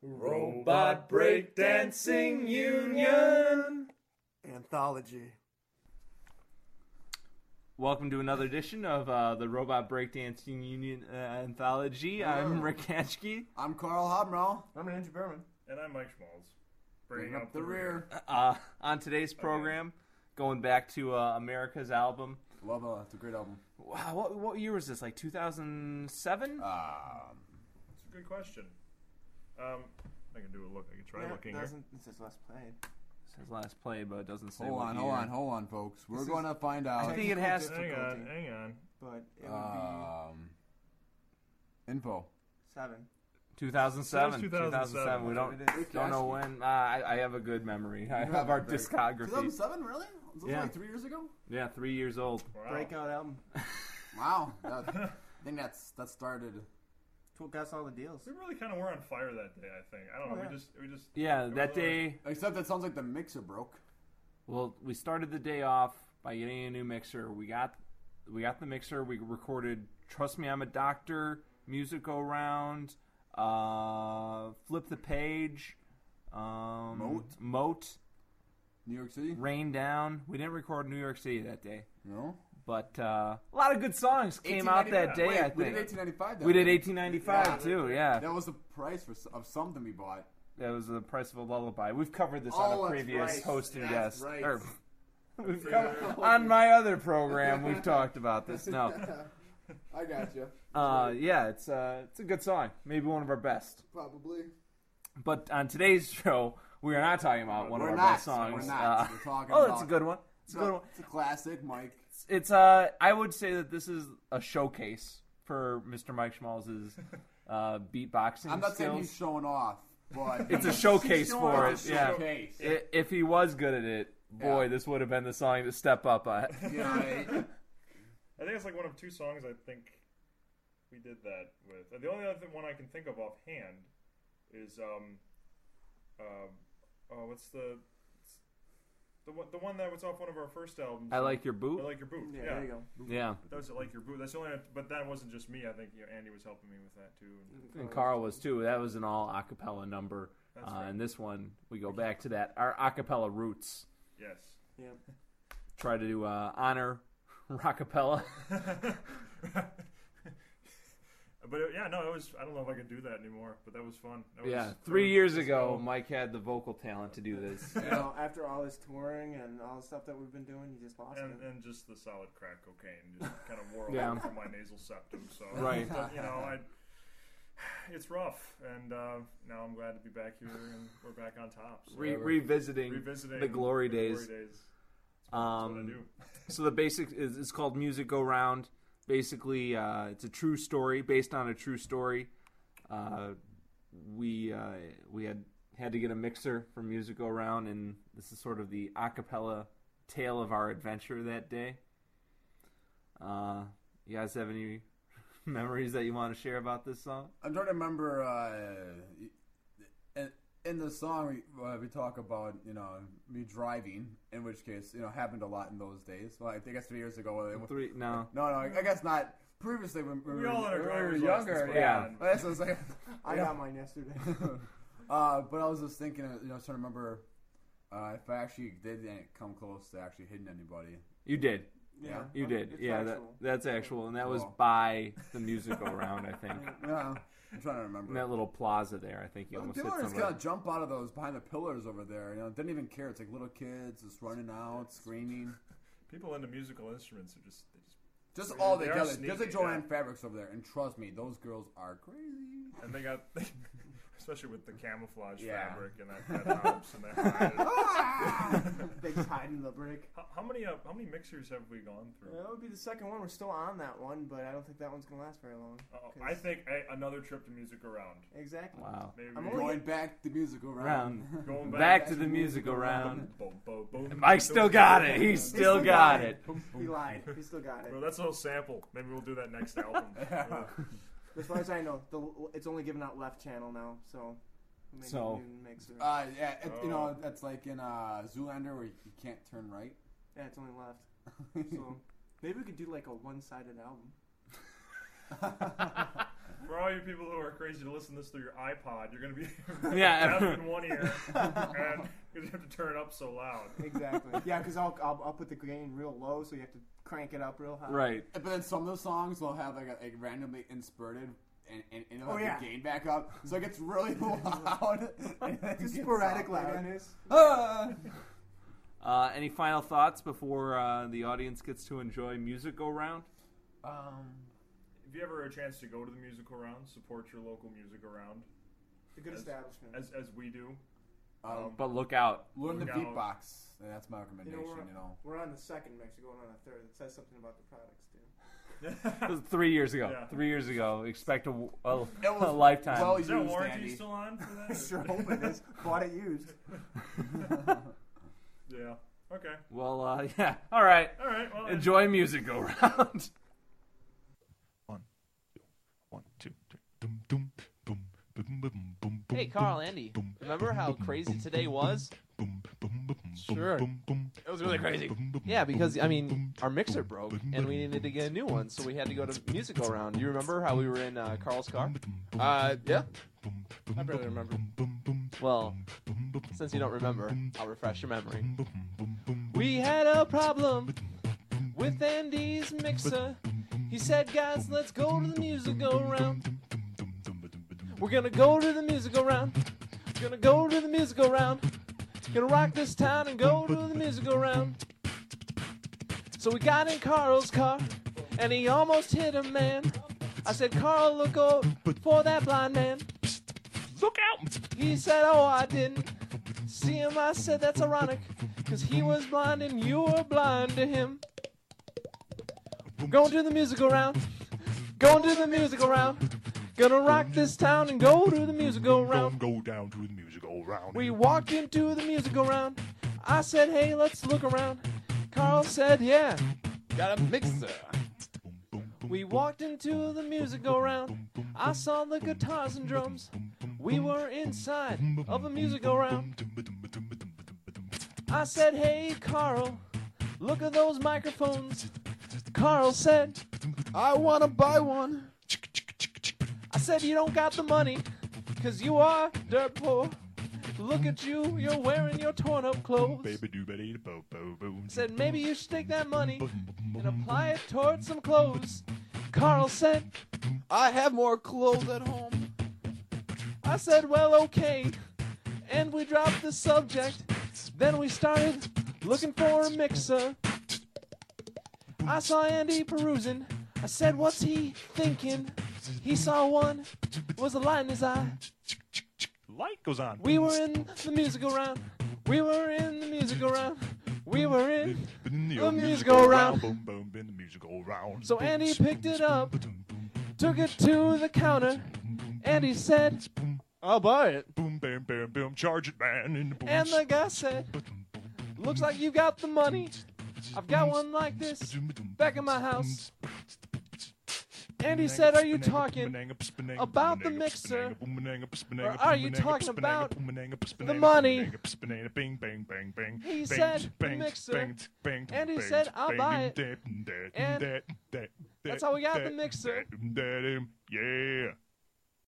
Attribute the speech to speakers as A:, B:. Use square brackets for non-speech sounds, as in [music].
A: Robot Breakdancing Union.
B: Anthology.
A: Welcome to another edition of uh, the Robot Breakdancing Union uh, Anthology. I'm Rick Hatchke.
B: I'm Carl Hobnall.
C: I'm Andrew Berman.
D: And I'm Mike Schmalz.
B: Bring up the rear.
A: Uh, on today's program, going back to uh, America's album.
B: Love it. It's a great album.
A: Wow, what, what year was this? Like 2007?
B: Um,
D: It's a good question. Um, I can do a look. I can try
C: Yeah,
D: looking here.
C: doesn't, this is less played.
A: It says last played, but it doesn't say
B: hold
A: what
B: on,
A: year.
B: hold on, hold on, folks. We're
C: This
B: going to find out.
A: I think it has Uh, to-
D: Hang on,
C: difficulty,
D: hang on.
C: but it would
B: um, info.
C: be seven.
A: 2007.
D: It says 2007.
A: We don't,
C: That's what it is.
A: don't know when. Uh, I, I have a good memory. I have our
B: Very-
A: discography.
B: 2007, really? Was this
A: Yeah.
B: like three years ago?
A: Yeah, three years old.
D: Wow.
C: Breakout album.
B: Wow. That, I think that's that started.
C: Tool got all the deals.
D: We really kind of were on fire that day. I think. I don't know.
C: Oh, yeah.
D: We just, we just.
A: Yeah,
D: it
A: that
D: was-
A: day.
B: Except that sounds like the mixer broke.
A: Well, we started the day off by getting a new mixer. We got we got the mixer. We recorded "Trust Me, I'm a Doctor," "Music Go Round," uh, "Flip the Page," um,
B: Moat.
A: "Moat,"
B: New York City.
A: "Rain Down." We didn't record New York City that day,
B: No.
A: but uh, a lot of good songs came out that
B: 1895.
A: day.
B: Wait,
A: I
B: we
A: think
B: did 1895. That
A: we did
B: day.
A: 1895 too. Yeah,
B: That was the price for, s- of something we bought.
A: that was the price of a lullaby. We've covered this
B: Oh,
A: on a
B: that's
A: previous
B: right.
A: host and
B: That's
A: guest.
B: right. [laughs]
A: or- we've covered- on my other program, we've talked about this. No,
B: [laughs] I got you.
A: uh, yeah, it's uh, it's a good song, maybe one of our best.
B: Probably.
A: But on today's show, we are not talking about one
B: We're
A: of our
B: not.
A: best songs.
B: We're not.
A: Uh,
B: We're
A: [laughs]
B: talking
A: oh,
B: about-
A: it's a good one. It's a good one.
B: It's a classic, Mike.
A: It's, it's uh, I would say that this is a showcase for Mr. Mike Schmalz's uh, beatboxing
B: I'm not saying
A: skills.
B: he's showing off, but
A: [laughs] It's a showcase
B: He's showing
A: for
B: off.
A: it. Yeah.
B: Showcase.
A: I- If he was good at it, boy,
B: Yeah.
A: this would have been the song to step up uh, on.
B: Yeah, right.
D: I think it's like one of two songs. I think we did that with. And the only other one I can think of offhand is um, um, oh, what's the, it's the one, the one that was off one of our first albums.
A: I like your
D: I
A: boot.
D: like your boot.
C: Yeah,
D: Yeah,
C: there you go.
A: Yeah,
D: That was like your boot. That's the only. But that wasn't just me. I think you know, Andy was helping me with that too. And
A: and Carl was too. That was an all acapella number.
D: Oh, that's
A: Uh,
D: right.
A: and this one, we go back to that our acapella roots.
D: yes.
C: Yeah.
A: Try to uh, honor [laughs] rockapella.
D: [laughs] But it, yeah, no, it was. I don't know if I could do that anymore. But that was fun. That was,
A: yeah,
D: that
A: three
D: was-
A: years
D: that was
A: ago,
D: cool.
A: Mike had the vocal talent to do this.
C: You know, after all this touring and all the stuff that we've been doing, you just lost
D: and,
C: it.
D: and just the solid crack cocaine just
A: [laughs]
D: kind of wore
A: Yeah.
D: off from my nasal septum. So
A: [laughs] Right.
D: you know, I, it's rough. And uh, now I'm glad to be back here, and we're back on top. So
A: Re- revisiting,
D: revisiting
A: the glory days.
D: Glory days. That's what,
A: Um,
D: that's what I do.
A: So the basic is it's called Music Go Round. Basically, uh, it's a true story based on a true story. Uh, we uh, we had had to get a mixer for Music Go Round, and this is sort of the acapella tale of our adventure that day. Uh, you guys have any [laughs] memories that you want to share about this song?
B: I'm trying to remember. Uh, in, in the song, we, uh, we talk about you know me driving, in which case you know happened a lot in those days. Well, I think that's three years ago.
A: Three? No.
B: No, no, I guess not. Previously, when when
D: We all had our
B: when
D: driver's
B: younger,
D: license,
A: yeah.
D: man.
B: Well, that's what I was like.
C: I got
A: [laughs]
C: mine yesterday.
B: [laughs] uh, but I was just thinking, you know, I was trying to remember uh, if I actually didn't come close to actually hitting
D: [laughs]
B: anybody.
A: You did.
B: Yeah.
A: You did.
C: It's
A: yeah, that,
C: factual.
A: that's actual. And that was
B: Cool.
A: by the Music Go Round, I think.
B: Yeah, I'm trying to remember.
A: In that little plaza there, I think you
B: Well,
A: almost
B: the
A: hit
B: people are just
A: somebody.
B: gonna jump out of those behind the pillars over there. You know, didn't even care. It's like little kids just running out, screaming,
D: People into musical instruments are just they just
B: just all
D: They are
B: together.
D: sneaky,
B: Just like Joanne
D: yeah.
B: Fabrics over there. And trust me, those girls are crazy.
D: and they got [laughs] especially with the camouflage
B: Yeah.
D: fabric and that,
A: [laughs]
D: that arms and that.
C: Big tied in
D: [laughs]
C: the break.
D: how, how many uh, how many mixers have we gone through?
C: That would be the second one. We're still on that one, but I don't think that one's gonna last very long.
D: Oh,
C: 'Cause-
D: I think I, another trip to music around.
C: exactly.
A: Wow.
D: Maybe
C: I'm only-
B: Going back to musical round.
A: Round.
B: [laughs]
D: going
A: Back to the musical round.
D: Boom, boom, boom.
A: Mike still got it. He still got it.
C: He lied. He still got
D: Bro,
C: it.
D: that's a little sample. Maybe we'll do that
C: [laughs]
D: next album. Uh,
C: As far as I know, the, it's only given out left channel now, so. maybe
A: So-
C: new mixer.
B: Uh, yeah, it, you know
D: Oh.
B: that's like in uh, Zoolander where you can't turn right. [laughs]
C: Yeah, it's only left. [laughs] So maybe we could do like a one-sided album.
D: For all you people who are crazy to listen to this through your iPod, you're going to be
A: [laughs] Yeah.
D: [laughs] deaf in one
C: [laughs]
D: ear, and you have to turn it up so loud.
C: Exactly. [laughs] Yeah, because I'll, I'll I'll put the gain real low, so you have to crank it up real high.
A: Right.
B: But then some of the songs will have like, a, like randomly inspirted and, and, and it'll
C: Oh,
B: have the
C: yeah.
B: gain back up. So it gets really [laughs] loud. and it
C: [laughs] Just
B: gets
C: sporadic
B: all loud.
C: like that is.
B: Ah!
A: Uh, any final thoughts before uh, the audience gets to enjoy music go round?
B: Um,
D: If you ever have a chance to go to the musical round, support your local musical round,
C: It's a good establishment.
D: as as
A: [laughs]
D: we do. [laughs]
B: um,
A: But look out.
B: learn the
D: Look out.
B: beatbox. That's my recommendation, you know.
C: we're- We're on the second mix, we're going on a third. It says something about the products too.
A: It was three years ago.
D: Yeah.
A: Three years ago. Expect a, w- a-
B: It
A: [laughs]
B: was
A: a lifetime.
B: well
D: Is that
B: used,
D: warranty
B: Andy.
D: still on for
C: I
D: that?
C: [laughs] [laughs] sure hope it is. Bought it used.
D: Yeah. Okay.
A: Well, uh, [laughs] yeah. All right.
D: All right. Well,
A: Enjoy music go round.
E: One, two, three. Boom, boom, boom, boom, boom, boom, boom.
F: Hey, Carl, Andy, remember how crazy today was?
E: Boom, boom, boom, boom,
F: Sure.
E: boom, boom.
F: It was really crazy.
E: boom, boom,
F: Yeah, because I mean,
E: boom,
F: our mixer
E: boom,
F: broke
E: boom,
F: and
E: boom,
F: we needed to
E: boom,
F: get a new
E: boom,
F: one, so we had to go to
E: boom,
F: music
E: boom,
F: go round. You remember how we were in uh, Carl's car?
E: boom, boom,
F: Uh,
E: boom,
F: yeah.
E: boom, boom,
F: I barely
E: boom,
F: remember.
E: boom, boom, boom,
F: Well,
E: boom, boom, boom,
F: since you
E: boom,
F: don't remember,
E: boom,
F: I'll refresh your memory.
E: boom, boom, boom, boom,
F: We
E: boom,
F: had a problem
E: boom, boom,
F: with
E: boom,
F: Andy's mixer.
E: boom, boom,
F: He
E: boom,
F: said, "Guys,
E: boom,
F: let's go to the
E: boom,
F: music
E: boom,
F: go
E: boom,
F: round.
E: boom, boom, boom, boom, boom, boom, boom,
F: We're gonna go to the music go round. Gonna go to the music go round. Gonna rock this town and go to the music go round." So we got in Carl's car, and he almost hit a man. I said, Carl, look out for that blind man.
E: Look out!
F: He said, Oh, I didn't see him. I said, That's ironic, because he was blind and you were blind to him. Going to the musical round, going to the musical round, gonna rock this town and go to the musical round.
E: Go down to the music all round.
F: We walked into the musical round. I said, Hey, let's look around. Carl said, Yeah, got a mixer. We walked into the music go round. I saw the guitars and drums. We were inside of a music go round. I said, Hey, Carl, look at those microphones. Carl said, I want to buy one. I said, You don't got the money, because you are dirt poor. Look at you, you're wearing your torn up clothes.
E: Baby do baby bo bo bo.
F: Said, Maybe you should take that money and apply it towards some clothes. Carl said, I have more clothes at home. I said, Well, okay. And we dropped the subject. Then we started looking for a mixer. I saw Andy perusing. I said, What's he thinking? He saw one, was a light in his eye.
E: Light goes on.
F: We were in the musical round. We were in the musical round. We were in.
E: the
F: old musical round.
E: Boom boom in the music all round.
F: So Andy picked it up, took it to the counter. Andy said,
E: Boom
F: I'll buy it.
E: boom bam bam boom. Charge it man in the boom.
F: And the guy said, Looks like you got the money. I've got one like this back in my house. Andy said, Are you talking? about the mixer,
E: or
F: or are you talking about the money? He said the mixer, and he said, "I'll buy it." And
E: That's
F: how we got the mixer.
E: Yeah.